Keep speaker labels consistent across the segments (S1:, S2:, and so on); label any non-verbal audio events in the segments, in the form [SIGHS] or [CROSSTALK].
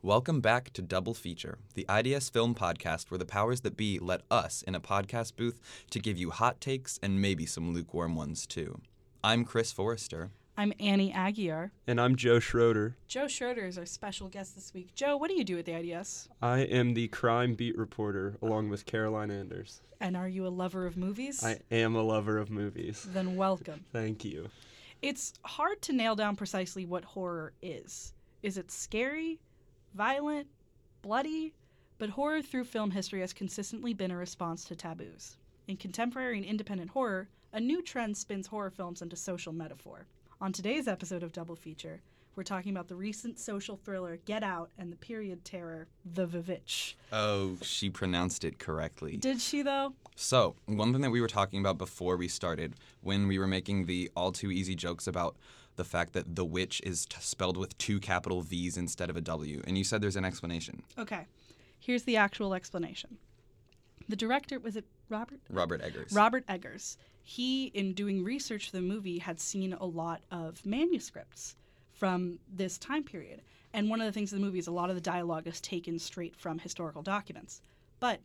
S1: Welcome back to Double Feature, the IDS film podcast where the powers that be let us in a podcast booth to give you hot takes and maybe some lukewarm ones too. I'm Chris Forrester.
S2: I'm Annie Aguirre.
S3: And I'm Joe Schroeder.
S2: Joe Schroeder is our special guest this week. Joe, what do you do at the IDS?
S3: I am the crime beat reporter along with Caroline Anders.
S2: And are you a lover of movies?
S3: I am a lover of movies.
S2: then welcome.
S3: Thank you.
S2: It's hard to nail down precisely what horror is. Is it scary, violent, bloody? But horror through film history has consistently been a response to taboos. In contemporary and independent horror, a new trend spins horror films into social metaphor. On today's episode of Double Feature, we're talking about the recent social thriller Get Out and the period terror The Vivitch.
S1: Oh, she pronounced it correctly.
S2: Did she though?
S1: So, one thing that we were talking about before we started, when we were making the all too easy jokes about the fact that the witch is t- spelled with two capital V's instead of a W, and you said there's an explanation.
S2: Okay. Here's the actual explanation. The director was it Robert
S1: Robert Eggers.
S2: Robert Eggers. He, in doing research for the movie, had seen a lot of manuscripts from this time period. And one of the things in the movie is a lot of the dialogue is taken straight from historical documents. But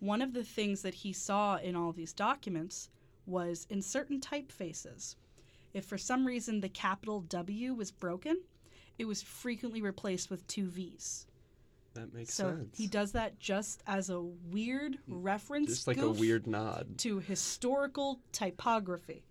S2: one of the things that he saw in all these documents was in certain typefaces, if for some reason the capital W was broken, it was frequently replaced with two V's.
S3: That makes
S2: so
S3: sense. Hmm.
S2: he does that just as a weird reference
S3: Just like a
S2: goof
S3: weird nod.
S2: to historical typography.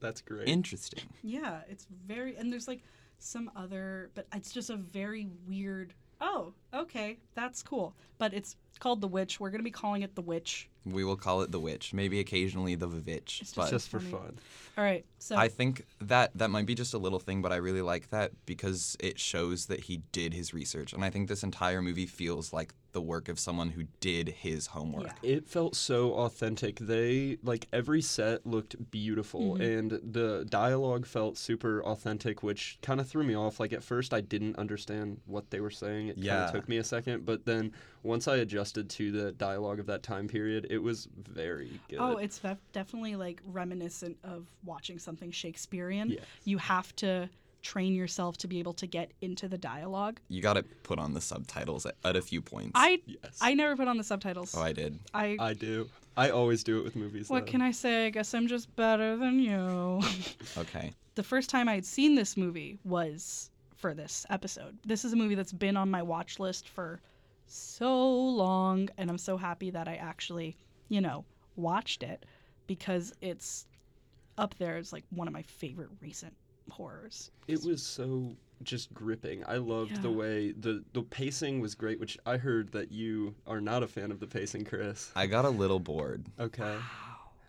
S3: That's great.
S1: Interesting.
S2: Yeah, it's very and there's like some other but it's just a very weird Oh, okay. That's cool. But it's called The Witch. We're going to be calling it The Witch.
S1: We will call it the witch, maybe occasionally the vivitch.
S2: It's
S1: But
S3: just for
S2: Funny.
S3: fun.
S2: All right. So
S1: I think that that might be just a little thing, but I really like that because it shows that he did his research, and I think this entire movie feels like the work of someone who did his homework.
S2: Yeah.
S3: It felt so authentic. They like every set looked beautiful
S2: Mm-hmm.
S3: and the dialogue felt super authentic, which kind of threw me off. Like at first I didn't understand what they were saying. It
S1: Yeah.
S3: kind of took me a second, but then once I adjusted to the dialogue of that time period, it was very good.
S2: Oh, it's def- definitely like reminiscent of watching something Shakespearean.
S3: Yes.
S2: You have to train yourself to be able to get into the dialogue.
S1: You got to put on the subtitles at, at a few points.
S2: I
S3: Yes.
S2: I never put on the subtitles.
S1: oh, I did.
S2: I,
S3: I do. I always do it with movies.
S2: what
S3: though.
S2: can I say? I guess I'm just better than you. [LAUGHS]
S1: Okay.
S2: the first time I had seen this movie was for this episode. This is a movie that's been on my watch list for so long, and I'm so happy that I actually, you know, watched it because it's up there as like one of my favorite recent horrors.
S3: It was so just gripping. I loved the
S2: Yeah.
S3: way the the pacing was great, which I heard that you are not a fan of the pacing, Chris.
S1: I got a little bored.
S3: Okay.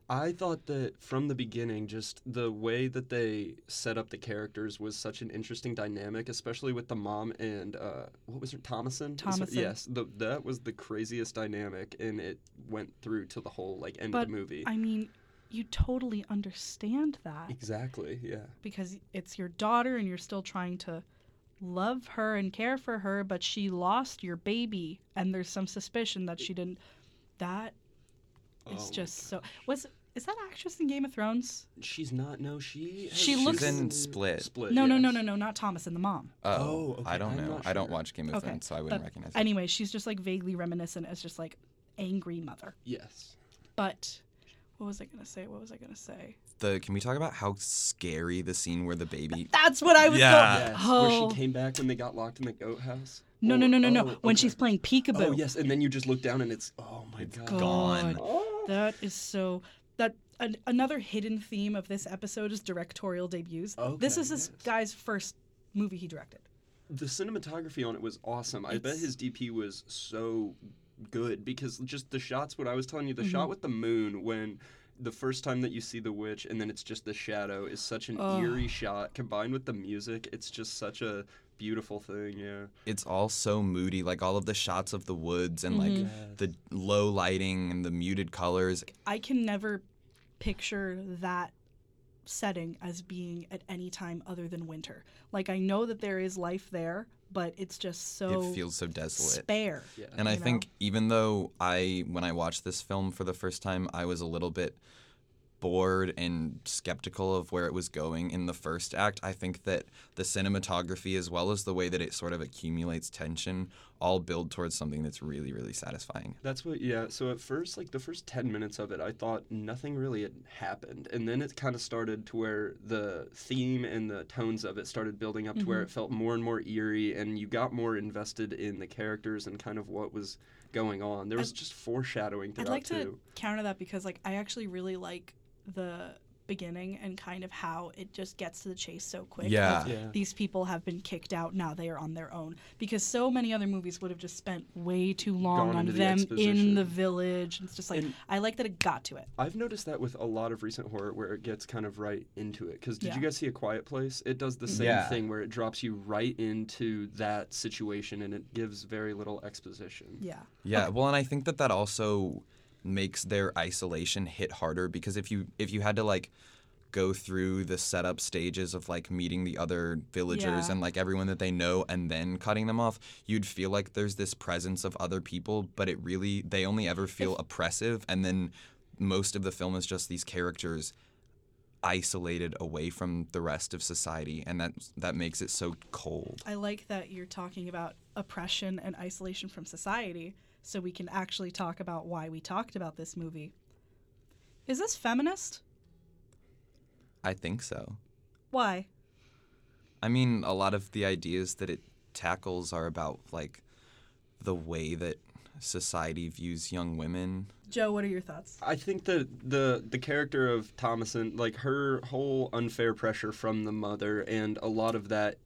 S3: I thought that from the beginning, just the way that they set up the characters was such an interesting dynamic, especially with the mom and uh, what was her Thomason. Is her-
S2: Thomason.
S3: yes, the, that was the craziest dynamic, and it went through to the whole like end
S2: But
S3: of the movie.
S2: I mean, you totally understand that
S3: exactly. Yeah.
S2: because it's your daughter and you're still trying to love her and care for her, but she lost your baby and there's some suspicion that she didn't. That is
S3: Oh my
S2: just so. Was is that actress in Game of Thrones?
S3: She's not. No, she. has-
S2: She
S3: she's
S2: looks-
S1: in Split.
S3: Split.
S2: No, no, no,
S3: yes.
S2: no, no, not Thomas and the mom.
S1: Oh,
S3: Oh, okay,
S1: I don't
S3: I'm
S1: know.
S3: not
S1: I don't
S3: sure.
S1: watch Game of
S2: Okay,
S1: Thrones, so I wouldn't
S2: but
S1: recognize it.
S2: Anyway, she's just like vaguely reminiscent as just like angry mother.
S3: Yes.
S2: But what was I gonna say? What was I gonna say?
S1: the can we talk about how scary the scene where the baby?
S2: That's what I was.
S1: Yeah.
S2: Going,
S3: Yes,
S2: oh
S3: where she came back when they got locked in the goat house.
S2: no,
S3: Or-
S2: no, no, no, no!
S3: oh,
S2: When
S3: okay.
S2: she's playing peekaboo.
S3: Oh yes, and then you just look down and it's oh my god.
S2: God.
S1: Gone.
S3: Oh.
S2: That is so. That an, another hidden theme of this episode is directorial debuts. this
S3: Okay,
S2: is this
S3: yes.
S2: guy's first movie he directed.
S3: The cinematography on it was awesome. I bet
S2: It's-
S3: his DP was so good because just the shots. What I was telling you, the
S2: Mm-hmm.
S3: shot with the moon when. The first time that you see the witch, and then it's just the shadow, is such an
S2: Oh.
S3: eerie shot. Combined with the music, it's just such a beautiful thing. Yeah,
S1: It's all so moody, like all of the shots of the woods and like
S2: Mm-hmm.
S1: the low lighting and the muted colors.
S2: I can never picture that setting as being at any time other than winter. Like I know that there is life there, but it's just so
S1: it feels so desolate.
S2: spare.
S3: yeah.
S1: And I
S2: you know?
S1: think even though I when I watched this film for the first time, I was a little bit bored and skeptical of where it was going in the first act. I think that the cinematography as well as the way that it sort of accumulates tension all build towards something that's really, really satisfying.
S3: That's what, yeah. So at first, like the first 10 minutes of it, I thought nothing really had happened. And then it kind of started to where the theme and the tones of it started building up to
S2: Mm-hmm.
S3: where it felt more and more eerie and you got more invested in the characters and kind of what was going on. There was just foreshadowing throughout,
S2: I'd like to
S3: too.
S2: counter that because like I actually really like the beginning and kind of how it just gets to the chase so quick.
S1: Yeah.
S2: Like,
S3: Yeah.
S2: These people have been kicked out. Now they are on their own. Because so many other movies would have just spent way too long
S3: Gone
S2: on
S3: into the
S2: them in
S3: exposition.
S2: the village. It's just like
S3: And-
S2: I like that it got to it.
S3: I've noticed that with a lot of recent horror where it gets kind of right into it. Because did
S2: Yeah.
S3: you guys see A Quiet Place? It does the same
S1: Yeah.
S3: thing where it drops you right into that situation and it gives very little exposition.
S2: Yeah.
S1: Yeah, well, and I think that that also makes their isolation hit harder because if you if you had to like go through the setup stages of like meeting the other villagers
S2: Yeah.
S1: and like everyone that they know and then cutting them off, you'd feel like there's this presence of other people, but it really they only ever feel oppressive and then most of the film is just these characters isolated away from the rest of society and that that makes it so cold.
S2: I like that you're talking about oppression and isolation from society, so we can actually talk about why we talked about this movie. Is this feminist?
S1: I think so.
S2: Why?
S1: I mean, a lot of the ideas that it tackles are about like the way that society views young women.
S2: Joe, what are your thoughts?
S3: I think that the the character of Thomason, like her whole unfair pressure from the mother, and a lot of that,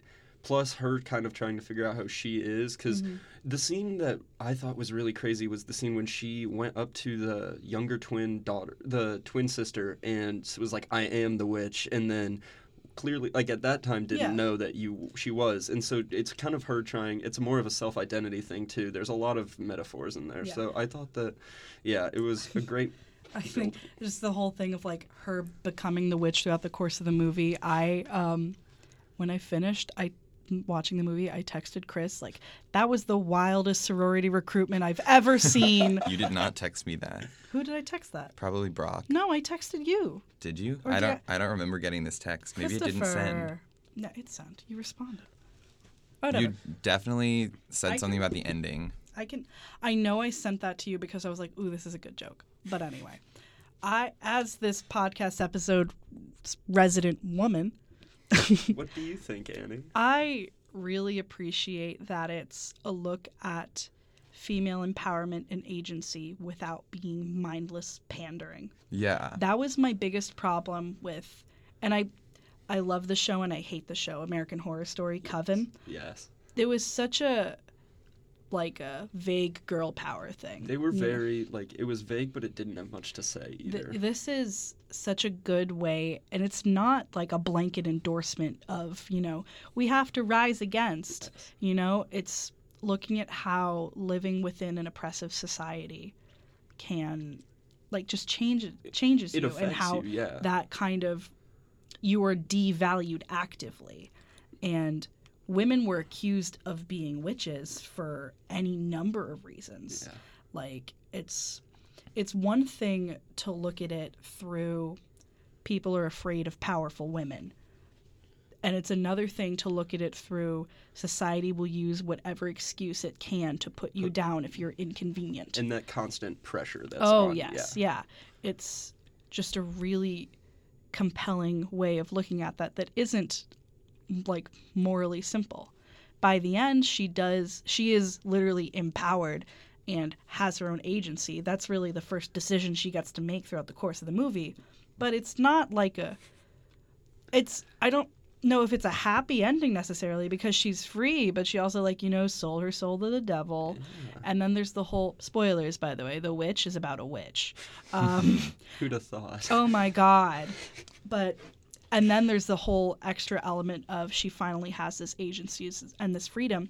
S3: plus her kind of trying to figure out how she is, because the scene that I thought was really crazy was the scene when she went up to the younger twin daughter, the twin sister, and was like, "I am the witch," and then clearly like at that time didn't
S2: Yeah.
S3: know that you she was and so it's kind of her trying it's more of a self-identity thing too there's a lot of metaphors in there
S2: Yeah.
S3: so i thought that yeah it was a
S2: [LAUGHS]
S3: great
S2: I think just the whole thing of like her becoming the witch throughout the course of the movie. I um when I finished, I watching the movie, I texted Chris like that was the wildest sorority recruitment I've
S1: [LAUGHS]
S2: ever seen.
S1: You did not text me that.
S2: Who did I text that?
S1: Probably Brock.
S2: No, I texted you.
S1: Did you?
S2: Or
S1: I
S2: did
S1: don't I don't remember getting this text. Maybe it didn't send.
S2: Christopher. No, it sent. You responded.
S1: You
S2: Whatever.
S1: definitely said
S2: I
S1: something
S2: can-
S1: about the
S2: [LAUGHS]
S1: ending.
S2: I can I know I sent that to you because I was like, ooh, this is a good joke. But anyway. I as this podcast episode resident woman
S3: What do you think, Annie?
S2: I really appreciate that it's a look at female empowerment and agency without being mindless pandering.
S1: Yeah.
S2: That was my biggest problem with and I I love the show and I hate the show American Horror Story Coven.
S3: Yes.
S2: There was such a like a vague girl power thing.
S3: They were very like it was vague but it didn't have much to say
S2: Th-
S3: either.
S2: this is such a good way and it's not like a blanket endorsement of you know we have to rise against you know it's looking at how living within an oppressive society can like just change changes
S3: it
S2: you and
S3: affects
S2: how
S3: you, yeah.
S2: that kind of you are devalued actively and women were accused of being witches for any number of reasons
S3: Yeah.
S2: like it's it's one thing to look at it through people are afraid of powerful women and it's another thing to look at it through society will use whatever excuse it can to put you down if you're inconvenient
S3: and that constant pressure that's
S2: oh
S3: on,
S2: yes
S3: Yeah.
S2: yeah. it's just a really compelling way of looking at that that isn't like morally simple by the end she does she is literally empowered and has her own agency that's really the first decision she gets to make throughout the course of the movie but it's not like a it's i don't know if it's a happy ending necessarily because she's free but she also like you know sold her soul to the devil and then there's the whole spoilers by the way the witch is about a witch um
S3: Who'd have thought?
S2: Oh my god. But and then there's the whole extra element of she finally has this agency and this freedom,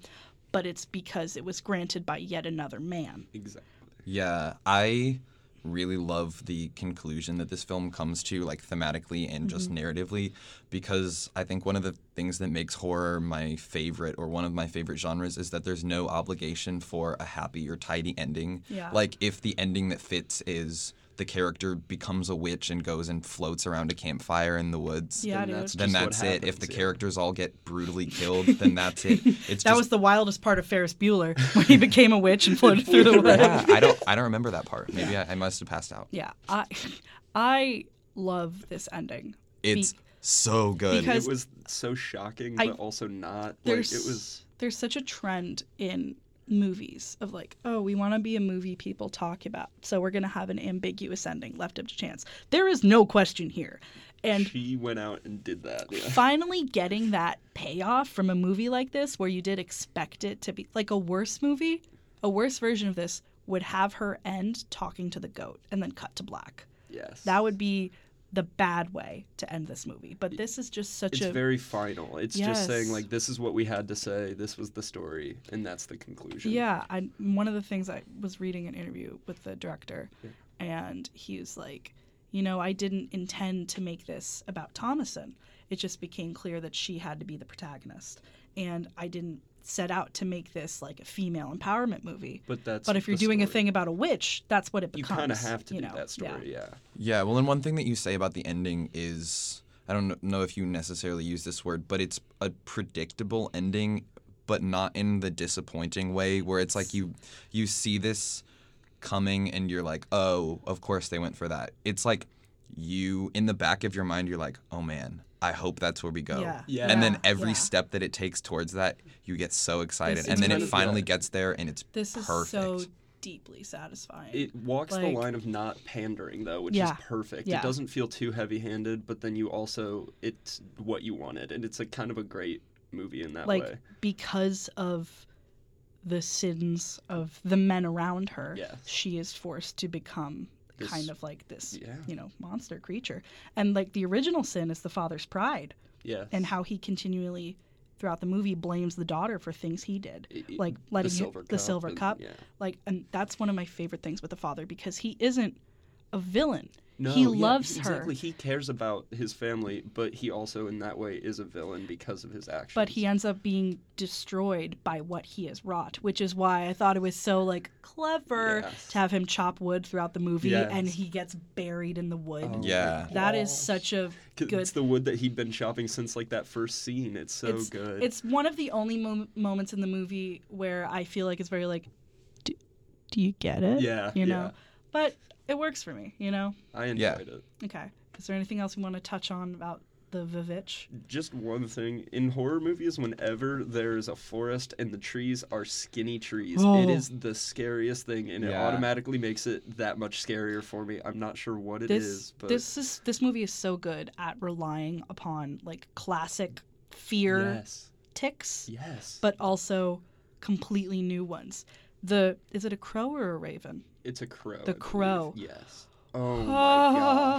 S2: but it's because it was granted by yet another man.
S3: [LAUGHS] Exactly.
S1: Yeah, I really love the conclusion that this film comes to, like thematically and just
S2: Mm-hmm.
S1: narratively, because I think one of the things that makes horror my favorite or one of my favorite genres is that there's no obligation for a happy or tidy ending.
S2: Yeah.
S1: Like, if the ending that fits is the character becomes a witch and goes and floats around a campfire in the woods.
S2: Yeah,
S3: then
S2: dude.
S3: that's
S1: Then
S3: just what
S1: that's it. If
S3: happens,
S1: the
S3: yeah.
S1: characters all get
S2: [LAUGHS]
S1: brutally killed, then that's it. It's
S2: That
S1: just,
S2: was the wildest part of Ferris Bueller when he became a witch and floated through
S3: [LAUGHS]
S2: the woods.
S1: yeah,
S2: [LAUGHS]
S1: I don't I don't remember that part. Maybe I, I must have passed out.
S2: Yeah, I, I love this ending. Be-
S1: It's so good.
S2: because-
S3: it was so shocking,
S2: I-
S3: but also not. Like
S2: there's
S3: it was.
S2: there's such a trend in movies of like, oh, we want to be a movie people talk about, so we're gonna have an ambiguous ending left up to chance. There is no question here, and
S3: she went out and did that. Yeah.
S2: finally getting that payoff from a movie like this where you did expect it to be like a worse movie, a worse version of this would have her end talking to the goat and then cut to black.
S3: Yes.
S2: That would be the bad way to end this movie. But this is just such
S3: It's
S2: a
S3: very final. It's just saying
S2: Yes.
S3: like this is what we had to say. This was the story, and that's the conclusion.
S2: Yeah, I, one of the things I was reading an interview with the director, and he was like, you know, I didn't intend to make this about Thomason. It just became clear that she had to be the protagonist, and I didn't set out to make this like a female empowerment movie.
S3: But that's.
S2: But if you're
S3: the
S2: doing a
S3: story.
S2: thing about a witch, that's what it
S3: you
S2: becomes.
S3: kind of have to
S2: you
S3: do
S2: know?
S3: that
S2: Yeah.
S3: story. Yeah.
S1: Yeah, well, and one thing that you say about the ending is I don't kn- know if you necessarily use this word, but it's a predictable ending, but not in the disappointing way where it's like you you see this coming and you're like, "Oh, of course they went for that." It's like you in the back of your mind you're like, "Oh man, I hope that's where we go."
S2: Yeah.
S3: Yeah.
S1: And then
S2: Yeah,
S1: every
S2: yeah.
S1: step that it takes towards that, you get so excited.
S2: This
S1: and
S2: is
S1: then
S2: kind
S1: it
S2: of
S1: finally
S3: the-
S1: gets there and it's
S2: This is
S1: perfect.
S2: so deeply satisfying.
S3: It walks the
S2: Like-
S3: line of not pandering though, which
S2: Yeah.
S3: is perfect.
S2: Yeah.
S3: It doesn't feel too heavy-handed, but then you also it's what you wanted, and it's a kind of a great movie in that
S2: like
S3: way.
S2: because of the sins of the men around her
S3: Yes.
S2: she is forced to become
S3: This-
S2: kind of like this
S3: Yeah.
S2: you know monster creature and like the original sin is the father's pride
S3: Yeah.
S2: and how he continually throughout the movie blames the daughter for things he did
S3: It- it-
S2: like letting
S3: the
S2: her-
S3: silver
S2: the
S3: cup
S2: silver
S3: and-
S2: cup
S3: yeah.
S2: like and that's one of my favorite things with the father because he isn't a villain
S3: No,
S2: he
S3: yeah,
S2: loves her
S3: Exactly. He cares about his family, but he also, in that way, is a villain because of his actions.
S2: but he ends up being destroyed by what he has wrought, which is why I thought it was so like clever
S3: Yes.
S2: to have him chop wood throughout the movie and
S3: Yes.
S2: he gets buried in the wood.
S3: Oh my
S1: Yeah.
S2: That is
S3: gosh.
S2: such a
S3: 'Cause
S2: good
S3: It's the wood that he'd been chopping since like that first scene. It's so
S2: it's,
S3: good.
S2: It's one of the only mom- moments in the movie where I feel like it's very like do, do you get it?
S3: Yeah,
S2: You know.
S3: yeah.
S2: But it works for me, you know.
S3: I enjoyed
S1: Yeah.
S3: it.
S2: Okay. Is there anything else we want to touch on about the Vivitch?
S3: Just one thing in horror movies, whenever there is a forest and the trees are skinny trees, it
S2: Oh.
S3: is the scariest thing, and it
S1: Yeah.
S3: automatically makes it that much scarier for me. I'm not sure what it is,
S2: this
S3: but
S2: this is this movie is so good at relying upon like classic fear
S3: yes,
S2: ticks
S3: yes,
S2: but also completely new ones the is it a crow or a raven
S3: it's a crow. I believe.
S2: crow.
S3: Yes.
S2: [SIGHS]
S3: Oh my gosh.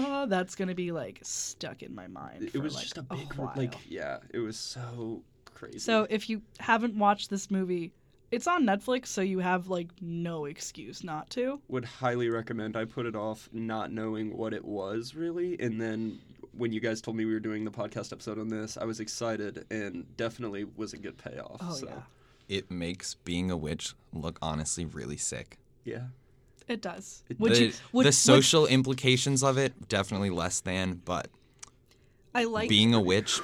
S2: Ah, that's gonna be like stuck in my mind
S3: it
S2: for,
S3: was
S2: like,
S3: just a big
S2: while.
S3: like yeah it was so crazy
S2: so if you haven't watched this movie it's on netflix so you have like no excuse not to
S3: would highly recommend i put it off not knowing what it was really and then when you guys told me we were doing the podcast episode on this i was excited and definitely was a good payoff
S2: oh
S3: so
S2: yeah
S1: it makes being a witch look honestly really sick.
S3: yeah
S2: it does
S3: It-
S2: would
S1: the,
S2: you would,
S1: the
S2: would-
S1: social implications of it definitely less than, but
S2: i like
S1: being a witch,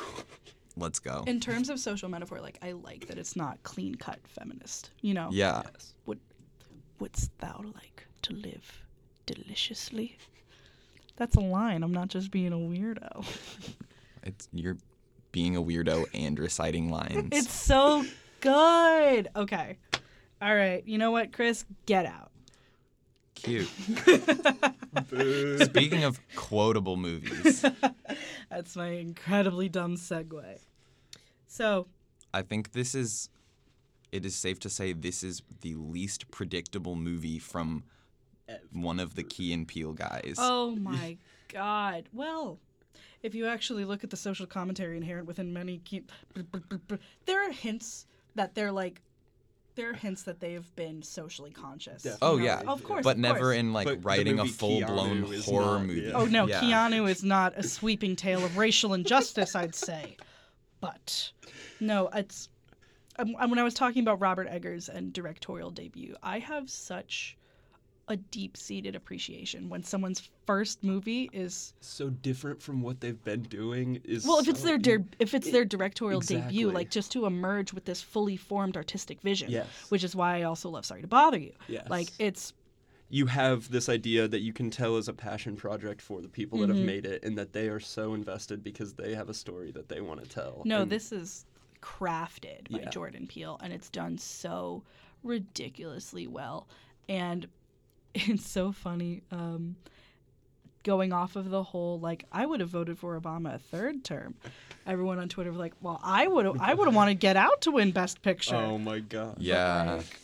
S1: let's go.
S2: in terms of social metaphor, like I like that it's not clean cut feminist. You know,
S1: yeah,
S3: yes.
S2: would wouldst thou like to live deliciously? That's a line. I'm not just being a weirdo.
S1: it's you're being a weirdo and reciting lines.
S2: It's so good. Okay. All right. You know what, Chris? Get out. [LAUGHS]
S1: cute. Speaking of quotable movies,
S2: That's my incredibly dumb segue. So,
S1: I think this is it is safe to say this is the least predictable movie from one of the Key and Peel guys.
S2: oh my God. Well, if you actually look at the social commentary inherent within many, key, there are hints that they're like, there are hints that they've been socially conscious. you
S1: Oh,
S2: know?
S1: yeah.
S2: of course,
S1: but
S2: of
S1: never
S2: course.
S1: in like
S3: But the
S1: writing a
S3: movie
S1: full blown
S3: Keanu is
S1: horror
S3: not,
S1: movie.
S3: yeah.
S2: Oh no,
S1: Yeah.
S2: Keanu is not a sweeping tale of racial injustice, I'd say. But no, it's um, when I was talking about Robert Eggers and directorial debut, I have such a deep seated appreciation when someone's first movie is
S3: so different from what they've been doing is
S2: well if it's
S3: so
S2: their
S3: in-
S2: dir- if it's their directorial
S3: exactly.
S2: debut like just to emerge with this fully formed artistic vision
S3: Yes.
S2: which is why i also love sorry to bother you
S3: Yes.
S2: like it's
S3: you have this idea that you can tell is a passion project for the people that
S2: Mm-hmm.
S3: have made it and that they are so invested because they have a story that they want to tell
S2: no
S3: And
S2: this is crafted by
S3: Yeah.
S2: jordan peele and it's done so ridiculously well and [LAUGHS] it's so funny um going off of the whole like i would have voted for obama a third term everyone on twitter was like well i would have i would have wanted get out to win best picture
S3: oh my god
S1: Yeah.
S2: like-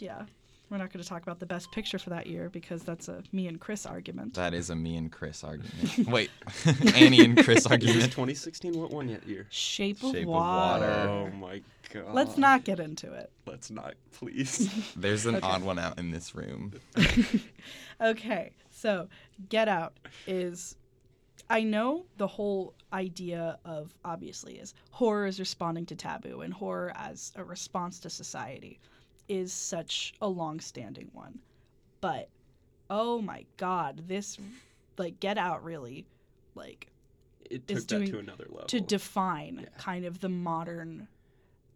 S2: Yeah. We're not going to talk about the best picture for that year because that's a me and Chris argument.
S1: That is a me and Chris argument. Wait, [LAUGHS] Annie and Chris
S3: is this
S1: argument.
S3: 2016 what one yet year
S2: Shape of
S1: Shape of
S2: Water.
S1: Water.
S3: oh my god
S2: Let's not get into it.
S3: let's not
S2: [LAUGHS]
S3: please
S1: There's an odd one out in this room.
S2: Okay. So, Get Out is I know the whole idea of obviously is horror is responding to taboo and horror as a response to society is such a long-standing one. But oh my god, this like Get Out really like
S3: it
S2: It's
S3: took that
S2: doing-
S3: to another level
S1: Oh.
S2: to define
S3: Yeah.
S2: kind of the modern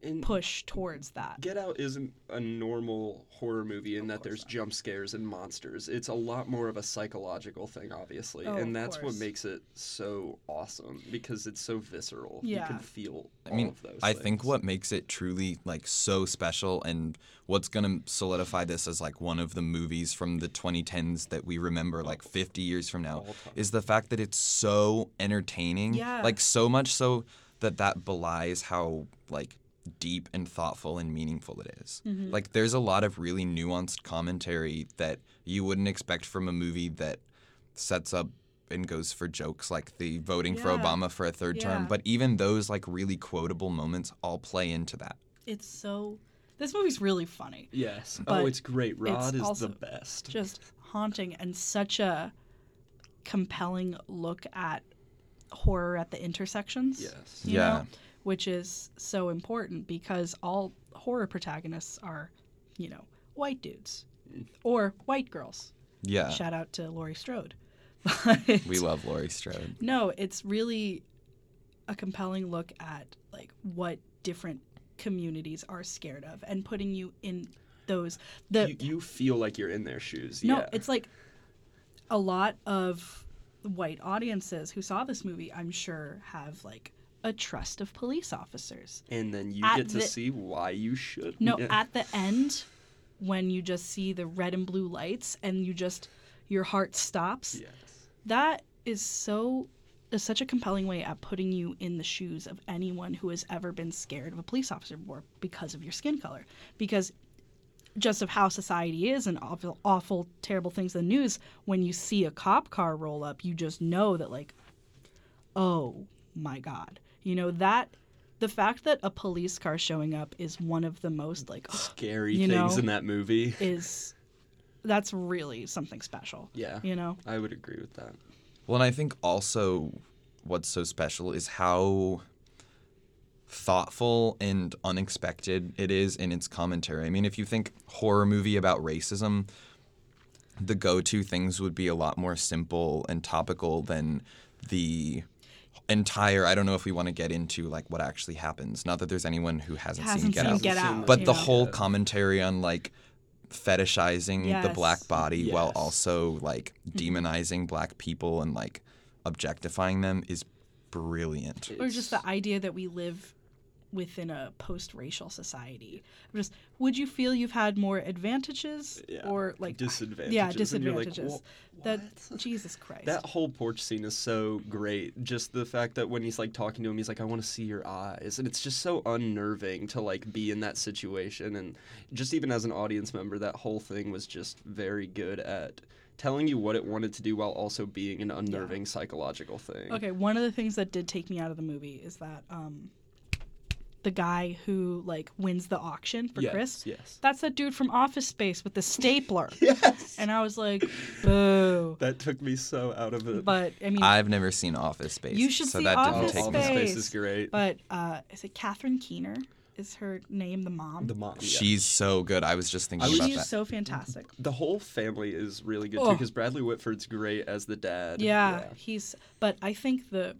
S3: And
S2: push towards that.
S3: Get Out isn't a normal horror movie in that
S2: course
S3: there's
S2: not.
S3: jump scares and monsters. It's a lot more of a psychological thing, obviously,
S2: Oh, of
S3: and that's what
S2: course.
S3: makes it so awesome because it's so visceral. You
S2: Yeah.
S3: can feel.
S1: I
S3: all
S1: mean,
S3: of those
S1: I think
S3: things.
S1: what makes it truly like so special and what's going to solidify this as like one of the movies from the 2010s that we remember like 50 years from now
S3: All time.
S1: is the fact that it's so entertaining.
S2: Yeah.
S1: Like so much so that that belies how like deep and thoughtful and meaningful it is.
S2: Mm-hmm.
S1: Like there's a lot of really nuanced commentary that you wouldn't expect from a movie that sets up and goes for jokes like the voting for
S2: Yeah.
S1: Obama for a third term,
S2: Yeah.
S1: but even those like really quotable moments all play into that.
S2: It's so this movie's really funny.
S3: Yes.
S2: But
S3: oh, it's great. Rod is
S2: also
S3: the best.
S2: Just haunting and such a compelling look at horror at the intersections.
S3: Yes.
S2: you
S1: Yeah.
S2: know, which is so important because all horror protagonists are, you know, white dudes or white girls.
S1: Yeah.
S2: Shout out to Laurie Strode. [LAUGHS]
S1: We love Laurie Strode.
S2: No, it's really a compelling look at like what different communities are scared of and putting you in those the
S3: You, you feel like you're in their shoes.
S2: no,
S3: yeah.
S2: it's like a lot of white audiences who saw this movie, I'm sure, have like a trust of police officers.
S3: and then you
S2: at
S3: get to
S2: the-
S3: see why you should.
S2: No,
S3: Yeah.
S2: at the end when you just see the red and blue lights and you just your heart stops.
S3: Yes.
S2: that is so is such a compelling way at putting you in the shoes of anyone who has ever been scared of a police officer before because of your skin color because just of how society is and awful, awful terrible things in the news when you see a cop car roll up you just know that like oh my god you know that the fact that a police car showing up is one of the most like
S3: Scary
S2: You
S3: things
S2: know?
S3: in that movie.
S2: [GASPS] is that's really something special
S3: Yeah.
S2: you know
S3: I would agree with that.
S1: Well, and I think also what's so special is how thoughtful and unexpected it is in its commentary. I mean, if you think horror movie about racism, the go-to things would be a lot more simple and topical than the entire I don't know if we want to get into like what actually happens. Not that there's anyone who hasn't,
S2: hasn't
S1: Get
S2: seen
S1: Out.
S2: get
S3: Hasn't seen
S2: out
S1: But
S2: you
S1: the
S2: know?
S1: whole commentary on like fetishizing the
S2: Yes.
S1: black body while
S3: Yes.
S1: also like demonizing black people and like objectifying them is brilliant.
S2: or just the idea that we live within a post-racial society. I'm Just would you feel you've had more advantages
S3: Yeah.
S2: or like
S3: disadvantages.
S2: yeah
S3: and you're like,
S2: disadvantages?
S3: "Wha-
S2: that
S3: what?"
S2: [LAUGHS] Jesus Christ.
S3: That whole porch scene is so great. Just the fact that when he's like talking to him, he's like, "I want to see your eyes," and it's just so unnerving to like be in that situation. And just even as an audience member, that whole thing was just very good at telling you what it wanted to do while also being an unnerving psychological thing.
S2: okay, one of the things that did take me out of the movie is that um, the guy who like wins the auction for
S3: yes,
S2: Chris.
S3: Yes.
S2: That's that dude from Office Space
S3: [LAUGHS]
S2: with the stapler.
S3: Yes.
S2: And I was
S3: [LAUGHS]
S2: like, boo.
S3: That took me so out of it.
S2: But I mean,
S1: I've never seen Office Space.
S2: You should
S1: so
S2: see
S1: that
S3: oh,
S1: didn't
S2: Office
S1: take
S3: Office
S1: me.
S2: Space.
S3: Space is great.
S2: but uh, is it Catherine Keener? Is is her name the mom?
S3: The mom. yeah.
S1: She's so good. I was just thinking
S3: I was-
S1: about
S2: She's
S1: that.
S2: so fantastic.
S3: The whole family is really good too
S2: Oh.
S3: because Bradley Whitford's great as the dad.
S2: Yeah, he's. But I think the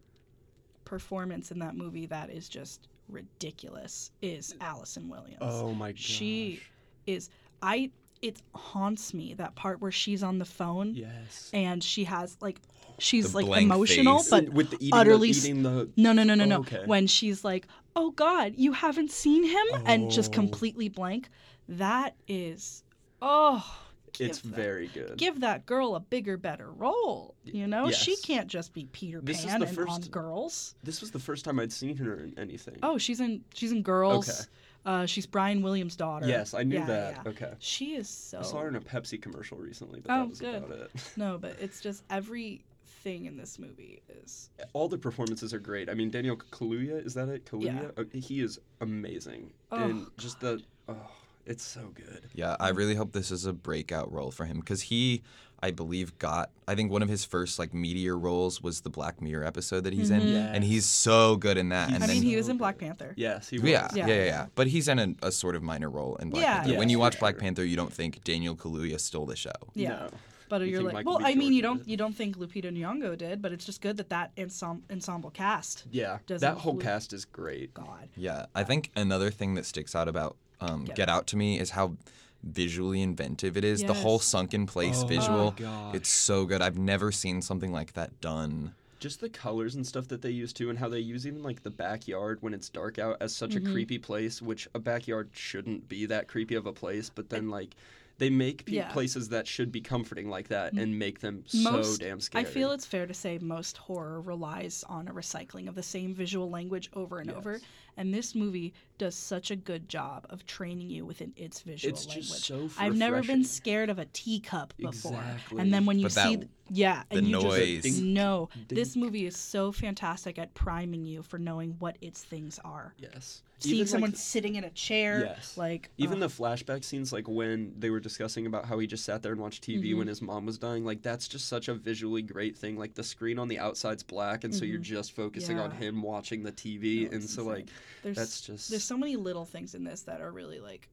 S2: performance in that movie that is just ridiculous is Allison Williams.
S3: Oh my gosh.
S2: she is. I. It haunts me that part where she's on the phone
S3: Yes.
S2: and she has like, she's
S1: The
S2: like
S1: blank
S2: emotional,
S1: face.
S2: but
S3: with the eating
S2: utterly
S3: the,
S2: s-
S3: eating the
S2: No, no, no, no,
S3: Oh,
S2: no.
S3: okay.
S2: When she's like, "Oh God, you haven't seen him," and just
S3: Oh.
S2: completely blank. That is, oh, give
S3: it's
S2: that-
S3: very good.
S2: Give that girl a bigger, better role. You know, she
S3: yes.
S2: can't just be Peter
S3: This is
S2: Pan
S3: the
S2: and on
S3: first-
S2: Girls.
S3: This was the first time I'd seen her in anything.
S2: Oh, she's in she's in Girls.
S3: Okay.
S2: Uh, she's Brian Williams' daughter.
S3: yes, I knew
S2: Yeah,
S3: that.
S2: yeah.
S3: Okay.
S2: She is so.
S3: I saw her in a Pepsi commercial recently, but
S2: Oh,
S3: that was
S2: good.
S3: about it. [LAUGHS]
S2: No, but it's just everything in this movie is.
S3: All the performances are great. I mean, Daniel Kaluuya, is that it? Kaluuya?
S2: Yeah.
S3: Uh, he is amazing.
S2: Oh,
S3: and just the oh, it's so good.
S1: Yeah, I really hope this is a breakout role for him because he, I believe, got I think one of his first like meteor roles was the Black Mirror episode that he's in,
S3: E
S2: Mhm.
S1: and he's so good in that. and
S2: I
S1: then,
S2: mean, he
S3: so
S2: was in Black
S3: good.
S2: Panther.
S3: Yes, he was.
S1: yeah, yeah,
S2: Yeah.
S1: yeah, yeah. But he's in a, a sort of minor role in Black
S2: Yeah.
S1: Panther. when
S3: Yes,
S1: you
S3: for
S1: watch Black
S3: sure.
S1: Panther, you don't think Daniel Kaluuya stole the show.
S2: Yeah.
S3: No.
S2: But
S3: You
S1: think
S2: you're like,
S3: Michael
S2: well,
S3: B.
S2: I mean,
S3: Jordan
S2: you
S3: did
S2: don't
S3: it?
S2: you don't think Lupita Nyong'o did, but it's just good that that ensemble ensemble cast.
S3: Yeah.
S2: Doesn't
S3: that whole
S2: look-
S3: cast is great.
S2: God,
S1: Yeah, I think another thing that sticks out about um, Get, Out to me is how visually inventive it is. The whole
S2: Yes.
S1: sunken place
S3: Oh my
S1: visual,
S3: gosh.
S1: it's so good. I've never seen something like that done.
S3: Just the colors and stuff that they use too, and how they use even like the backyard when it's dark out as such a
S2: Mhm.
S3: creepy place, which a backyard shouldn't be that creepy of a place. But then like they make pe-
S2: Yeah.
S3: places that should be comforting like that and make them so
S2: Most-
S3: damn scary.
S2: I feel it's fair to say most horror relies on a recycling of the same visual language over and over,
S3: Yes.
S2: and this movie does such a good job of training you within its visual
S3: It's
S2: language.
S3: just so
S2: I've never been
S3: refreshing.
S2: scared of a teacup before,
S3: Exactly.
S2: and then when you
S1: But that-
S2: see, th- yeah,
S1: the
S2: and you
S1: noise.
S2: just
S3: Dink,
S2: no, this
S3: dink.
S2: movie is so fantastic at priming you for knowing what its things are.
S3: Yes.
S2: Seeing
S3: Even, like,
S2: someone sitting in a chair,
S3: Yes.
S2: like
S3: Even
S2: ugh.
S3: the flashback scenes, like when they were discussing about how he just sat there and watched TV when
S2: Mm-hmm.
S3: his mom was dying, like that's just such a visually great thing. Like the screen on the outside's black, and so you're just focusing on
S2: Mm-hmm. Yeah.
S3: him watching the TV,
S2: No,
S3: and
S2: it's
S3: so
S2: insane.
S3: like
S2: there's
S3: that's just
S2: there's so many little things in this that are really like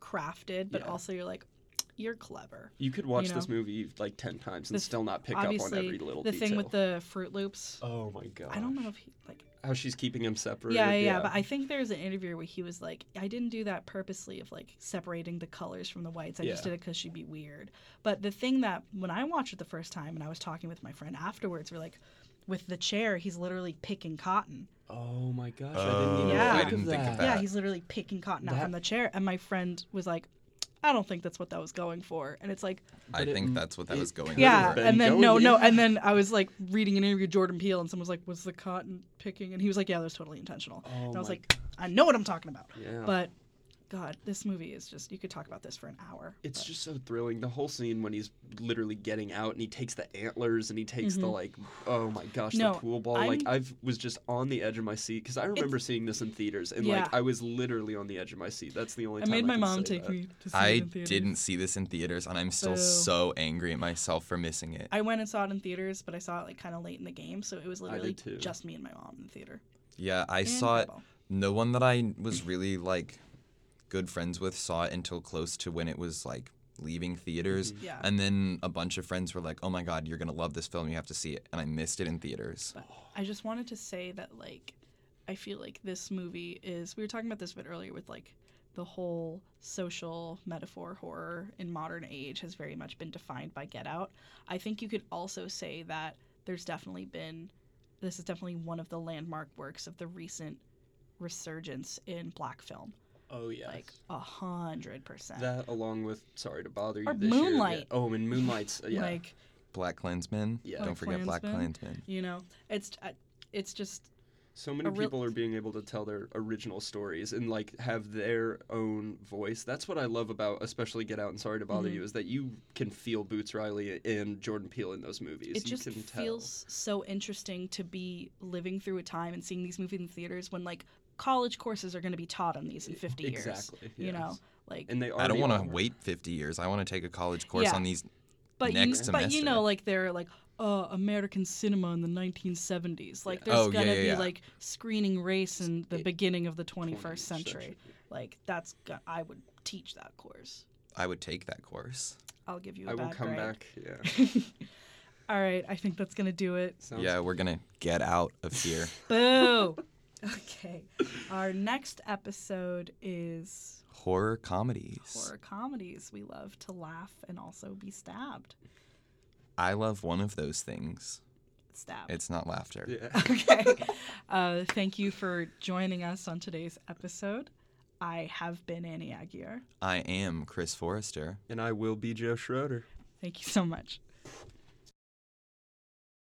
S2: crafted, but
S3: Yeah.
S2: also you're like, you're clever.
S3: you could watch
S2: you
S3: this
S2: know,
S3: movie like ten times and
S2: this-
S3: still not pick up on
S2: Obviously,
S3: every little
S2: the
S3: detail.
S2: thing with the Fruit Loops.
S3: oh my god,
S2: I don't know if he like.
S3: how she's keeping him separate.
S2: Yeah, yeah, yeah, but I think there's an interview where he was like, "I didn't do that purposely of like separating the colors from the whites. I just
S3: Yeah.
S2: did it because she'd be weird." But the thing that when I watched it the first time, and I was talking with my friend afterwards, we're like, with the chair, he's literally picking cotton.
S3: oh my gosh,
S1: Oh,
S2: I
S3: I didn't
S1: didn't
S3: even
S1: think of
S3: think of
S1: that.
S2: Yeah, he's literally picking cotton out
S3: That-
S2: from the chair. And my friend was like, I don't think that's what that was going for. And it's like,
S1: I
S3: But it
S1: think
S3: m-
S1: that's what that
S3: it
S1: was going
S3: could
S2: yeah.
S3: have been
S2: And then, no,
S3: going
S2: no.
S3: in.
S2: And then I was like reading an interview with Jordan Peele, and someone was like, Was the cotton picking? And he was like, Yeah, that was totally intentional.
S3: Oh
S2: and I was
S3: my
S2: like, I know what I'm talking about.
S3: Yeah.
S2: But God, this movie is just, you could talk about this for an hour.
S3: It's
S2: but-
S3: just so thrilling. The whole scene when he's literally getting out and he takes the antlers and he takes the like, oh my gosh,
S2: Mm-hmm. No,
S3: the pool ball. Like
S2: I'm-
S3: I was just on the edge of my seat because I remember seeing this in theaters and
S2: Yeah.
S3: like I was literally on the edge of my seat. That's the only
S2: I
S3: time
S2: made my
S3: can
S2: mom
S3: say
S2: take
S3: that.
S2: me to see it
S1: I
S2: in theaters.
S1: didn't see this in theaters, and I'm still
S2: Boo.
S1: so angry at myself for missing it.
S2: I went and saw it in theaters, but I saw it like kind of late in the game, so it was literally
S3: too.
S2: just me and my mom in the theater.
S1: Yeah, I saw it.
S2: Incredible.
S1: No one that I was really like good friends with saw it until close to when it was like leaving theaters.
S2: Mm-hmm. Yeah.
S1: And then a bunch of friends were like, "Oh my god, you're going to love this film. You have to see it." And I missed it in theaters.
S2: But I just wanted to say that, like, I feel like this movie is. We were talking about this a bit earlier with, like, the whole social metaphor horror in modern age has very much been defined by Get Out. I think you could also say that there's definitely been. This is definitely one of the landmark works of the recent resurgence in black film.
S3: Oh yeah.
S2: Like, a hundred percent.
S3: that along with sorry to bother you.
S2: Or
S3: this year, yeah.
S2: Moonlight.
S3: Oh, and Moonlight's yeah.
S2: Like,
S1: Black Klansman.
S3: Yeah.
S1: Don't
S2: Black
S1: forget Black
S2: Klansman.
S1: Klansman.
S2: you know, it's. uh, It's just
S3: so many
S2: a real-
S3: people are being able to tell their original stories and like have their own voice that's what i love about especially get out and sorry to
S2: Mm-hmm.
S3: bother you is that you can feel boots riley and jordan peele in those movies
S2: it
S3: you
S2: just
S3: can
S2: feels so interesting to be living through a time and seeing these movies in theaters when like college courses are going to be taught on these in 50 years
S3: exactly,
S2: you know
S3: yes.
S2: like
S3: tell and they
S1: I don't
S3: want
S1: want to wait 50 years. I want to take a college course
S2: Yeah.
S1: on these
S2: but you,
S1: next
S2: but you
S1: semester.
S2: know like they're like uh, American cinema in the 1970s. Like, there's
S1: Oh, yeah,
S2: gonna
S1: yeah,
S2: be
S1: yeah.
S2: like screening race in the beginning of the 21st
S3: 20th
S2: century.
S3: century.
S2: Like, that's go- I would teach that course.
S1: I would take that course.
S2: I'll give you. a
S3: I will
S2: bad
S3: come
S2: grade.
S3: back. Yeah.
S2: All right, I think that's gonna do it.
S3: Sounds
S1: yeah, we're gonna get out of
S2: [LAUGHS]
S1: here.
S2: Boo. okay, our next episode is
S1: Horror comedies.
S2: horror comedies. We love to laugh and also be stabbed.
S1: I love one of those things.
S2: Stabbed.
S1: It's not laughter.
S3: [LAUGHS] Yeah.
S2: okay. Uh, thank you for joining us on today's episode. I have been Annie Aguirre.
S1: I am Chris Forrester.
S3: And I will be Joe Schroeder.
S2: Thank you so much.